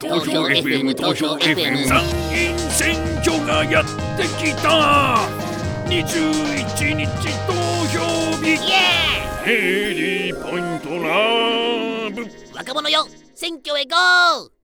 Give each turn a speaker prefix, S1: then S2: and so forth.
S1: 東京 FM 東京 FM
S2: 参議院選挙がやってきた21日投票
S1: イ
S2: 日
S1: エ
S2: ヘリーポイントラブ
S1: ーイ若者よ選挙へゴー